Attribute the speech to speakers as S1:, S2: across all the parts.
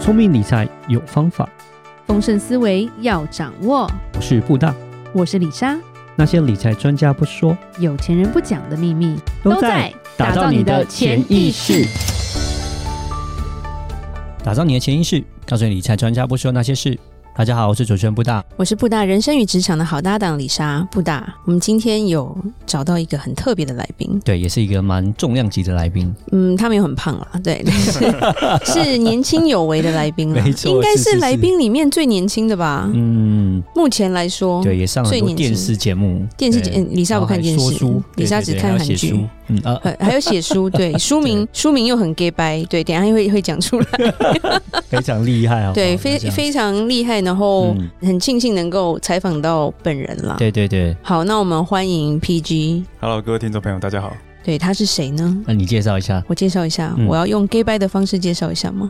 S1: 聪明理财有方法，
S2: 丰盛思维要掌握。
S1: 我是布大。
S2: 我是李莎，
S1: 那些理财专家不说，
S2: 有钱人不讲的秘密
S1: 打造你的潜意识。，打造你的潜意识，告诉你理财专家不说那些事。大家好，我是主持人布大。
S3: 我是布大人生与职场的好搭档李莎。布大，我们今天有找到一个很特别的来宾，
S1: 对，也是一个蛮重量级的来宾，
S3: 嗯，他没有很胖啦，对，但 是是年轻有为的来宾啦
S1: 没，错
S3: 应该
S1: 是是
S3: 是来宾里面最年轻的吧？
S1: 嗯，
S3: 目前来说，
S1: 对，也上很
S3: 最
S1: 多
S3: 年轻
S1: 电视节目，
S3: 电视节
S1: 对
S3: 嗯李莎不看电视
S1: 然后还说书
S3: 李莎
S1: 对对
S3: 只
S1: 对
S3: 看
S1: 还有写
S3: 韩剧
S1: 书嗯啊，
S3: 呃还有 写书，对，书名书名又很 gay 掰，对，等一下会会讲出来，
S1: 非常厉害啊，
S3: 对，
S1: 好
S3: 非
S1: 这样
S3: 非哦常厉害，然后
S1: 嗯
S3: 很庆幸能够采访到本人啦。
S1: 对对对，
S3: 好，那我们欢迎 PG，
S4: Hello，各位听众朋友，大家好。
S3: 对，他是谁呢？
S1: 那你介绍一下，
S3: 我介绍一下，
S1: 嗯
S3: 我要用 gay 掰的方式介绍一 下吗？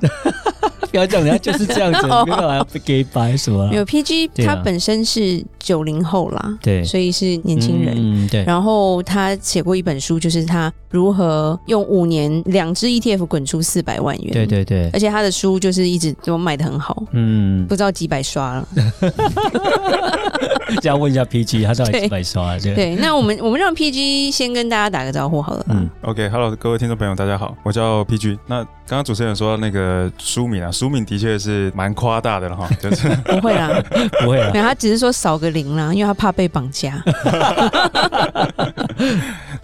S1: 不要这样，人家就是这样 子，你没有要被 gay 白什么啊
S3: 哦没有 PG，
S1: 对啊
S3: 他本身是九零后啦，
S1: 对
S3: 所以是年轻人。
S1: 嗯，对，
S3: 然后他写过一本书，就是他如何用五年两只 ETF 滚出四百万元。
S1: 对，对对，
S3: 而且他的书就是一直都卖的很好，
S1: 嗯，
S3: 不知道几百刷了。
S1: 这样问一下 PG，他到 底是
S3: 对
S1: 白刷对
S3: 对，那我们我们让 PG 先跟大家打个招呼好了啦。
S1: 嗯
S4: OK，Hello，、各位听众朋友，大家好，我叫 PG。那刚刚主持人有说到那个书名啊，书名的确是蛮夸大的了哈，就是
S3: 不会啦，
S1: 不会 啊
S3: 没，有，他只是说少个零啦，因为他怕被绑架。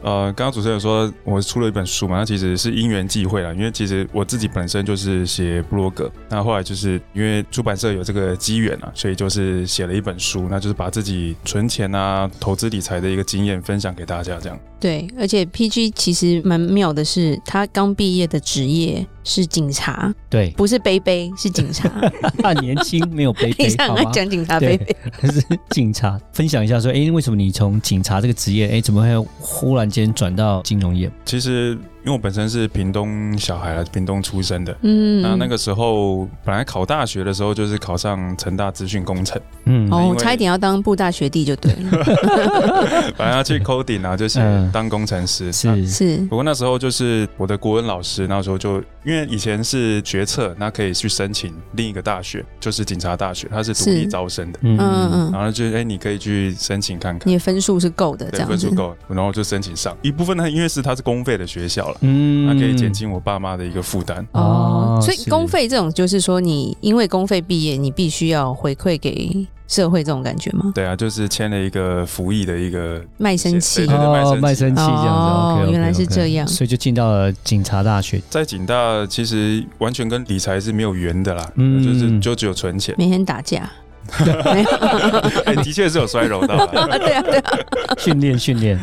S4: 呃，刚刚主持人有说我出了一本书嘛，那其实是因缘际会啦，因为其实我自己本身就是写部落格，那后来就是因为出版社有这个机缘啊，所以就是写了一本书，那就是把自己存钱啊、投资理财的一个经验分享给大家，这样。
S3: 对，而且 PG 其实蛮妙的是，他刚毕业的职业是警察，
S1: 对，
S3: 不是贝贝，是警 察。
S1: 他年轻没有 背
S3: 你
S1: 背，
S3: 上
S1: 好
S3: 来
S1: 吗？
S3: 讲警察贝
S1: 对
S3: 贝。，
S1: 是警察。分享一下说，哎，为什么你从警察这个职业，哎，怎么会忽然间转到金融业？
S4: 其实因为我本身是屏东小孩了，屏东出生的，
S3: 嗯
S4: 那那个时候本来考大学的时候就是考上成大资讯工程，
S1: 嗯，
S3: 哦，
S4: 因
S3: 我
S4: 为
S3: 差一点要当布大学弟就对了，
S4: 本来要去 coding 啊，就是
S1: 嗯
S4: 当工程师。那
S1: 是，
S3: 是
S4: 不过那时候就是我的国文老师，那时候就因为以前是决策，那可以去申请另一个大学，就是警察大学，它是独立
S3: 是
S4: 招生的。
S1: 嗯
S3: 嗯嗯
S4: 然后就是哎、你可以去申请看看
S3: 你，的分数是够的这
S4: 对，
S3: 样
S4: 分
S3: 子
S4: 数。够，然后就申请上。一部分呢，因为是它是公费的学校了，
S1: 嗯
S4: 那可以减轻我爸妈的一个负担。
S3: 哦，所以
S1: 是
S3: 公费这种就是说，你因为公费毕业，你必须要回馈给社会这种感觉吗？
S4: 对啊，就是签了一个服役的一个
S3: 卖身契
S4: 对对对
S1: 哦，卖
S4: 卖身
S1: 身
S4: 契
S1: 契这样子
S3: 哦
S1: OK，OK，OK，
S3: 原来是这样，
S1: 所以就进到了警察大学。
S4: 在警大其实完全跟理财是没有缘的啦，
S1: 嗯
S4: 就是就只有 存钱
S3: 每天打 架，没有
S4: 哎、的确是有衰柔到 啦。
S3: 对啊对啊，
S1: 训练训练，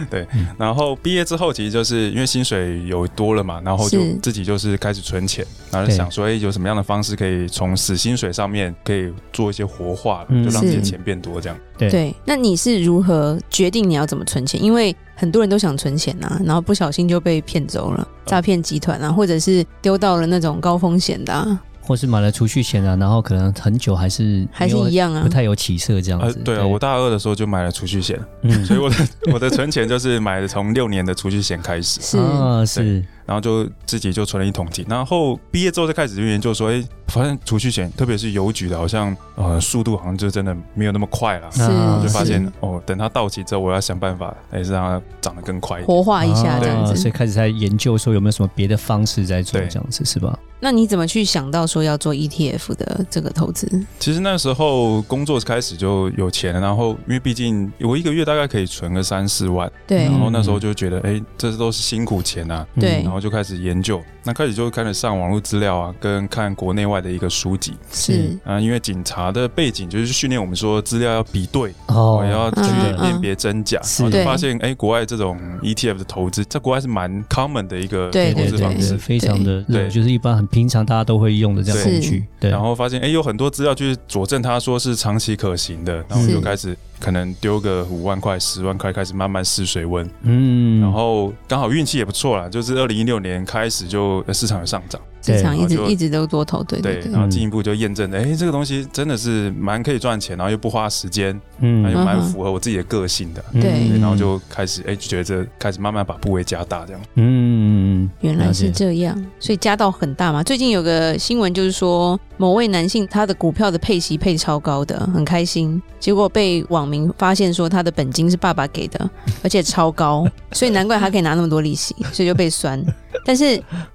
S4: 然后毕业之后，其实就是因为薪水有多了嘛，然后就是自己就是开始存钱，然后
S1: 对
S4: 就想说，哎、有什么样的方式可以从死薪水上面可以做一些活化，
S1: 嗯
S4: 就让自己的
S3: 是
S4: 钱变多这样。
S1: 对
S3: 对。那你是如何决定你要怎么存钱？因为很多人都想存钱啊，然后不小心就被骗走了，诈骗集团啊，或者是丢到了那种高风险的啊，
S1: 或是买了储蓄险啊，然后可能很久还是
S3: 还是
S1: 没有
S3: 一样啊
S1: 不。太有起色这样
S4: 呃
S1: 子。，
S4: 对啊，我大二的时候就买了储蓄险，
S1: 嗯
S4: 所以我的 我的存钱就是买了从六年的储蓄险开始，
S3: 是，
S1: 啊是
S4: 然后就自己就存了一桶金，然后毕业之后就开始研究说，哎、发现储蓄险，特别是邮局的，好像呃速度好像就真的没有那么快啦。
S3: 是
S1: 那
S4: 我就发
S3: 是
S4: 现哦，等它到期之后，我要想办法，哎、是让它长得更快一点。
S3: 活化一下这样
S1: 啊
S3: 子。
S1: 所以开始在研究说有没有什么别的方式在做
S4: 对
S1: 这样子是吧？
S3: 那你怎么去想到说要做 ETF 的这个投资？
S4: 其实那时候工作开始就有钱了，然后因为毕竟我一个月大概可以存个三四万，
S3: 对
S4: 然后那
S1: 嗯
S4: 时候就觉得，哎、这都是辛苦钱啊，
S3: 对
S4: 然后就开始研究，那开始就开始上网络资料啊，跟看国内外的一个书籍
S1: 是
S3: 是
S4: 啊，因为警察的背景就是训练我们说资料要比对，
S1: 哦
S4: 我要去
S3: 嗯嗯
S4: 辨别真假，
S1: 是
S4: 然后就
S3: 对
S4: 发现哎、国外这种 ETF 的投资，在国外是蛮 common 的一个
S3: 对
S4: 投
S1: 对
S4: 资
S1: 对
S4: 方
S1: 对，
S4: 式。
S1: 非常的
S4: 对
S1: 就是一般很平常大家都会用的这样工具，对，
S4: 然后发现哎、有很多资料去佐证它说是长期可行的，然后我就是开始可能丢个五万块、十万块，开始慢慢试水温。
S1: 嗯，
S4: 然后刚好运气也不错啦，就是二零一六年开始就呃市场有上涨，
S3: 职场
S1: 对
S3: 一直
S4: 然后就
S3: 一直都多头，对对
S4: 对，
S3: 对
S4: 然，后进一步就验证了，哎，这个东西真的是蛮可以赚钱，然后又不花时间，然后
S1: 嗯
S4: 又蛮
S3: 嗯哼
S4: 符合我自己的个性的。
S1: 嗯
S3: 对
S4: 对然后就开始哎、就觉得这开始慢慢把部位加大这样。
S1: 嗯嗯嗯
S3: 原来是
S1: 了解
S3: 这样，所以加到很大嘛。最近有个新闻就是说，某位男性他的股票的配息配超高的，很开心，结果被网民发现说他的本金是爸爸给的，而且超高，所以难怪他可以拿那么多利息，所以就被酸。但是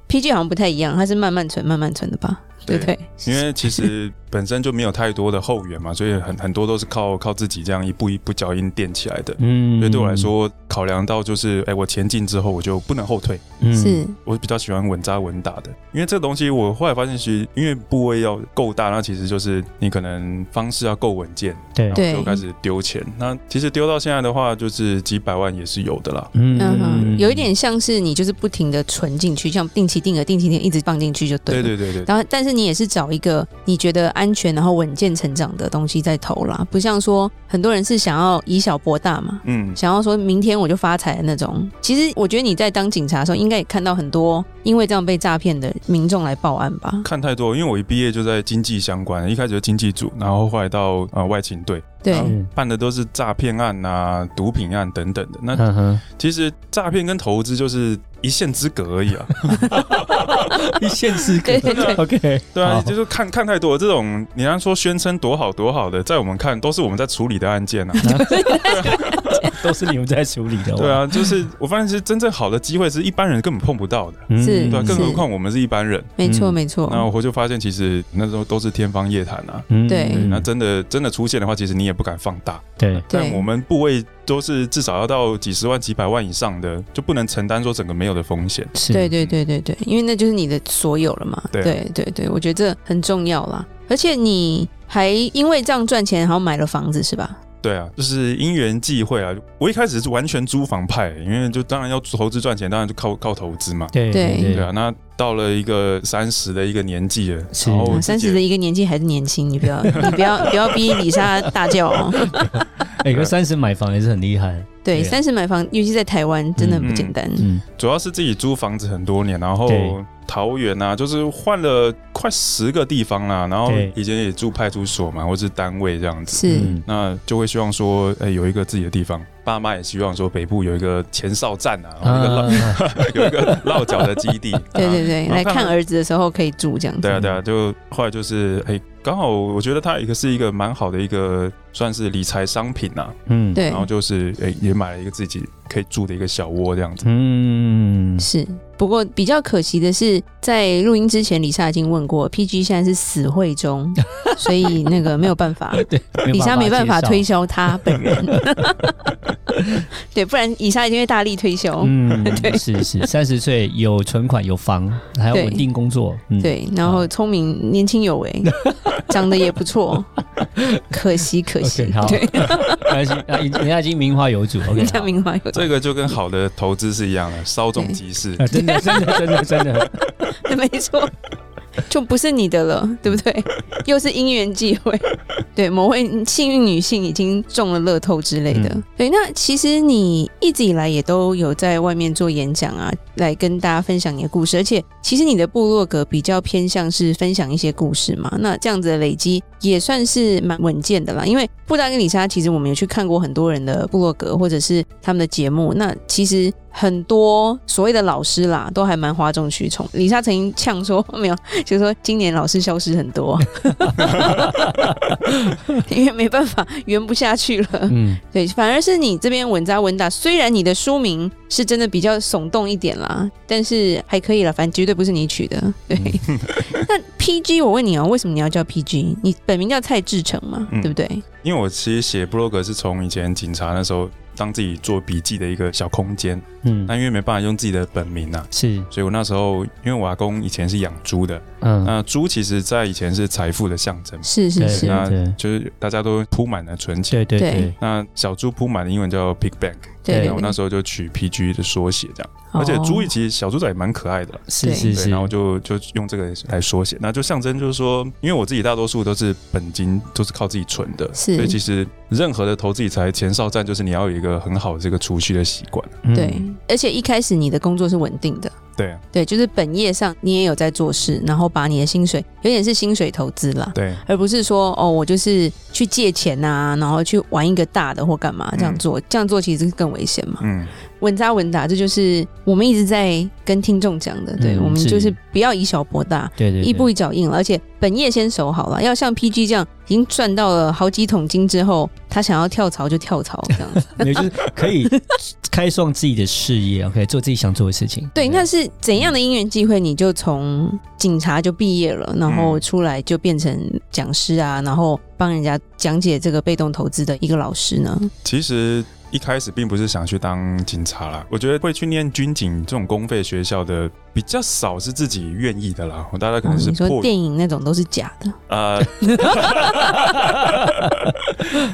S3: PG 好像不太一样，他是慢慢存慢慢存的吧，对不对？
S4: 因为 其实本身就没有太多的后援嘛，所以很很多都是靠靠自己这样一步一步脚印垫起来的。
S1: 嗯，
S4: 所以对我来说，考量到就是，哎、我前进之后我就不能后退，
S1: 嗯
S3: 是
S4: 我比较喜欢稳扎稳打的，因为这东西我后来发现，其实因为部位要够大，那其实就是你可能方式要够稳健，
S1: 对
S3: 对
S4: 然后就开始丢钱。那其实丢到现在的话，就是几百万也是有的啦。
S1: 嗯
S3: 嗯哼，有一点
S1: 嗯
S3: 像是你就是不停的存进去，像定期定额、定期定额一直放进去就对了。
S4: 对对对对，
S3: 然后，但是你也是找一个你觉得安全，然后稳健成长的东西在投啦，不像说很多人是想要以小博大嘛，
S4: 嗯，
S3: 想要说明天我就发财的那种。其实我觉得你在当警察的时候，应该也看到很多因为这样被诈骗的民众来报案吧？
S4: 看太多，因为我一毕业就在经济相关，一开始就经济组，然后后来到呃外勤队，
S3: 对，
S4: 然后
S1: 嗯
S4: 办的都是诈骗案啊、毒品案等等的。那
S1: 嗯 哼，
S4: 其实诈骗跟投资就是一线之隔而已 啊。
S1: 一线之 隔，
S3: 对对 对
S1: OK，
S4: 对啊，
S1: 好
S4: 就是看看太多了这种，你刚说宣称多好多好的，在我们看都是我们在处理的案 件啊。
S1: 都是你们在处理的，
S4: 对啊，就是我发现是真正好的机会是一般人根本碰不到的。
S1: 嗯，
S3: 是
S4: 对、啊，更
S3: 是
S4: 何况我们是一般人。
S3: 没错
S1: 嗯
S3: 没错。
S4: 那我就发现，其实那时候都是天方夜谭啊。
S1: 嗯
S3: 对
S1: 嗯
S4: 那真的真的出现的话，其实你也不敢放大。
S1: 对，
S4: 但
S3: 对
S4: 我们部位都是至少要到几十万、几百万以上的，就不能承担说整个没有的风险。
S1: 是
S3: 对对对对对，因为那就是你的所有了嘛。
S4: 对
S3: 对对对，我觉得这很重要啦。而且你还因为这样赚钱，然后买了房子是吧？
S4: 对啊，就是因缘际会啊。我一开始是完全租房派，因为就当然要投资赚钱，当然就靠靠投资嘛。
S1: 对
S3: 对
S4: 对啊，那到了一个三十的一个年纪了，然后
S1: 我
S3: 啊嗯三十
S4: 哦自
S3: 的
S4: 己
S3: 一个年纪还是年轻，你不 要你不要不要逼李莎大叫哦。
S1: 哎，可三十买房也是很厉害，
S3: 对，
S1: 对啊
S3: 三十买房，尤其在台湾，真的很不简单。
S1: 嗯，
S4: 主要是自己租房子很多年，然后
S1: 对
S4: 桃园啊，就是换了快十个地方啦，然后
S1: 对
S4: 以前也住派出所嘛，或是单位这样子，
S3: 是，
S1: 嗯
S4: 那就会希望说，哎、有一个自己的地方。爸妈也希望说北部有一个前哨站啊，然后有一个落、
S1: 啊
S4: 有一个落 脚的基地。
S3: 对对对，
S4: 然后
S3: 来
S4: 看
S3: 看儿子的时候可以住这样子。
S4: 对啊，对啊，就后来就是，哎、刚好我觉得它一个是一个蛮好的一个算是理财商品啊，
S1: 嗯，
S3: 对
S4: 然后就是，哎、也买了一个自己可以住的一个小窝这样子。
S1: 嗯，
S3: 是。不过比较可惜的是，在录音之前，李莎已经问过，PG 现在是死会 中，所以那个没有办法，
S1: 对，
S3: 李莎没办法
S1: 介绍
S3: 推，销他 本人。对，不然李莎一定会大力推销。
S1: 嗯，
S3: 对
S1: 是是，三十岁有存款有房，还有
S3: 对
S1: 稳定工作，嗯，
S3: 对，然后聪明、年轻有为，长得也不 错，可惜可惜
S1: OK，好
S3: 对，
S1: 但是啊，已人家已经名花有主，OK，
S3: 这样明白有
S4: 这个就跟好的投资是一样的，稍纵即逝
S1: 好。啊，真的真的真的真的，
S3: 没错， 就不是你的了，对不对？又是因缘际会，对，某位幸运女性已经中了乐透之类的。
S1: 嗯
S3: 对，那其实你一直以来也都有在外面做演讲啊，来跟大家分享你的故事，而且其实你的部落格比较偏向是分享一些故事嘛，那这样子的累积也算是蛮稳健的啦。因为布达跟李莎，其实我们有去看过很多人的部落格或者是他们的节目，那其实很多所谓的老师啦，都还蛮哗众取宠。李莎曾经呛说 没有，就说今年老师消失很多，因为没办法圆不下去了。
S1: 嗯，
S3: 对，反而是你这边稳扎稳打，虽然你的书名是真的比较耸动一点啦，但是还可以啦，反正绝对不是你取的。对， 那 PG 我问你哦、为什么你要叫 PG？你本名叫蔡志成嘛，
S4: 嗯
S3: 对不对？
S4: 因为我其实写 blog 是从以前警察那时候当自己做笔记的一个小空间，
S1: 嗯
S4: 那因为没办法用自己的本名啊，
S1: 是，
S4: 所以我那时候因为我阿公以前是养猪的，
S1: 嗯，
S4: 那猪其实在以前是财富的象征嘛，
S3: 是是
S1: 对
S3: 是，
S4: 那
S1: 对
S4: 就是大家都铺满了存钱。
S1: 对对
S3: 对
S1: 对，
S4: 那小猪铺满的英文叫 pig bank，
S1: 对
S3: 对，
S4: 然后我那时候就取 PG 的缩写这样，而且
S3: 哦
S4: 猪其实小猪仔也蛮可爱的啦，
S1: 是
S3: 对
S1: 是
S4: 对，
S1: 是
S4: 然，后就就用这个来缩写，那就象征就是说，因为我自己大多数都是本金都是靠自己存的，
S3: 是
S4: 所以其实任何的投资理财前哨站就是你要有一个很好的这个储蓄的习惯，
S1: 嗯
S3: 对，而且一开始你的工作是稳定的，
S4: 对
S3: 对，就是本业上你也有在做事，然后把你的薪水有点是薪水投资啦，
S4: 对
S3: 而不是说哦，我就是去借钱啊，然后去玩一个大的或干
S1: 嗯
S3: 嘛这样做，这样做其实更危险嘛。
S4: 嗯
S3: 稳扎稳打，这就是我们一直在跟听众讲的，对、
S1: 嗯
S3: 我们
S1: 是
S3: 就是不要以小博大，
S1: 对对对，
S3: 一步一脚印了，而且本业先守好了，要像 PG 这样已经赚到了好几桶金之后，他想要跳槽就跳槽这 样。
S1: 没有就是可以开创自己的事业，OK，做自己想做的事情。
S3: 对，那是怎样的因缘机会，你就从警察就毕业了，然后出来就变成讲师啊，然后帮人家讲解这个被动投资的一个老师呢？
S4: 其实一开始并不是想去当警察啦，我觉得会去念军警这种公费学校的比较少是自己愿意的啦。我大概可
S3: 哦
S4: 能是
S3: 你说
S4: 迫于、
S3: 电影那种都是假的，
S4: 呃，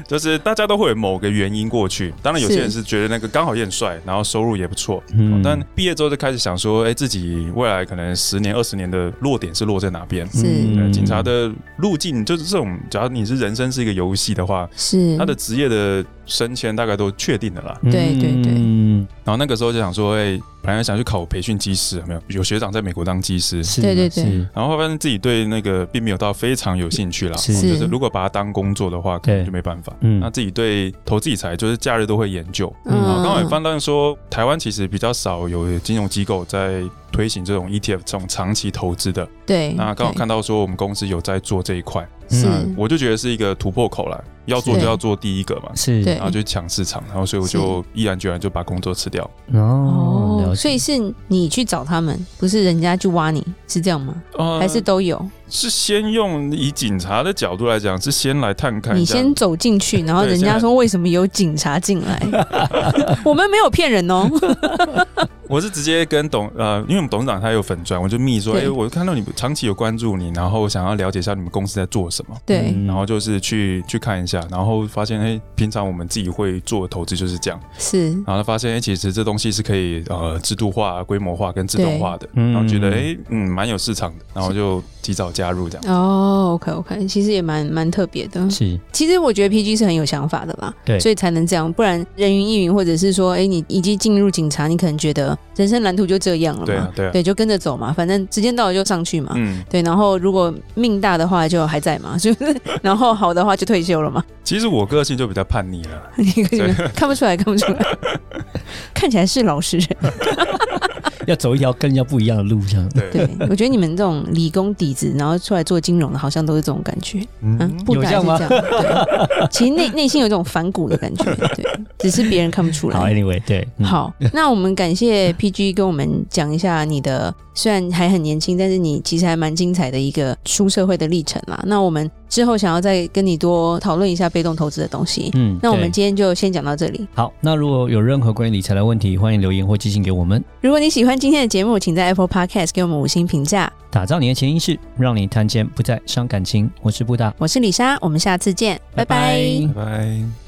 S4: 就是大家都会有某个原因过去。当然，有些人
S3: 是
S4: 是觉得那个刚好也很帅，然后收入也不错，
S1: 嗯
S4: 哦但毕业之后就开始想说，哎、自己未来可能十年、二十年的落点是落在哪边？
S3: 是
S1: 嗯
S4: 对，呃警察的路径就是这种。只要你是人生是一个游戏的话，
S3: 是
S4: 他的职业的升迁大概都确定的啦。
S3: 对对对
S1: 嗯
S4: 然后那个时候就想说，哎、本来想去考培训技师，有没有有学长在美国当技师，
S1: 是
S3: 对对对
S1: 是
S4: 然后后来发现自己对那个并没有到非常有兴趣啦。
S1: 是
S4: 就是如果把它当工作的话，可
S1: 对
S4: 能就没办法。
S1: 嗯
S4: 那自己对投资理财，就是假日都会研究。
S1: 嗯
S4: 啊，刚好也翻到说，台湾其实比较少有金融机构在推行这种 ETF 这种长期投资的。
S3: 对，
S4: 那刚好
S3: 对
S4: 看到说我们公司有在做这一块，
S3: 是
S1: 嗯
S4: 我就觉得是一个突破口啦，要做
S3: 是
S4: 就要做第一个嘛，
S1: 是
S3: 对
S4: 然后就抢市场，然后所以我就毅然决然就把工作辞掉。
S1: 哦，
S3: 哦
S1: 了，解
S3: 所以是你去找他们，不是人家去挖你，是这样吗？
S4: 呃
S3: 还是都有？
S4: 是先用以警察的角度来讲，是先来探看一
S3: 你
S4: 下
S3: 先走进去，然后
S4: 对
S3: 人
S4: 现
S3: 家
S4: 在
S3: 说为什么有警察进 来？我们没有骗人哦。
S4: 嗯我是直接跟董呃，因为我们董事长他有粉砖，我就密说，哎、
S3: 对
S4: 我看到你长期有关注你，然后想要了解一下你们公司在做什么，
S3: 对，
S1: 嗯
S4: 然后就是去去看一下，然后发现，哎、平常我们自己会做的投资就是这样，
S3: 是
S4: 然后发现，哎、其实这东西是可以呃制度化、规模化跟自动化的，
S1: 嗯
S4: 然后觉得，哎、嗯，蛮有市场的，然后就及早加入这样。
S3: 哦，OK OK，其实也蛮蛮特别的。
S1: 是
S3: 其实我觉得 PG 是很有想法的啦，
S1: 对
S3: 所以才能这样，不然人云亦云，或者是说，哎，你已经进入警察，你可能觉得人生蓝图就这样了嘛，
S4: 对啊，对啊，
S3: 对就跟着走嘛，反正时间到了就上去嘛。
S4: 嗯，
S3: 对，然后如果命大的话就还在嘛， 就是然后好的话就退休了嘛。
S4: 其实我个性就比较叛逆了，
S3: 你 看不出来，看不出来，看起来是老实人。
S1: 要走一条跟人家不一样的路，这样
S4: 对，
S3: 对，我觉得你们这种理工底子，然后出来做金融的，好像都是这种感觉。嗯
S4: 嗯，，
S3: 不
S1: 有
S3: 打
S1: 这
S3: 也
S1: 样
S3: 是
S1: 吗
S3: 这样。对，其实内内心有一种反骨的感觉，对，只是别人看不出
S1: 好
S3: 来。
S1: ，anyway，对，嗯，
S3: 好，那我们感谢 PG 跟我们讲一下你的，虽然还很年轻，但是你其实还蛮精彩的一个出社会的历程啦。那我们之后想要再跟你多讨论一下被动投资的东西。
S1: 嗯，
S3: 那我
S1: 对
S3: 们今天就先讲到这里。
S1: 好，那如果有任何关于理财的问题，欢迎留言或寄信给我们。
S3: 如果你喜欢今天的节目，请在 Apple Podcast 给我们五星评价。
S1: 打造你的潜意识，让你谈钱不再伤感情。我是布达，
S3: 我是李莎，我们下次见，拜拜
S4: 拜拜。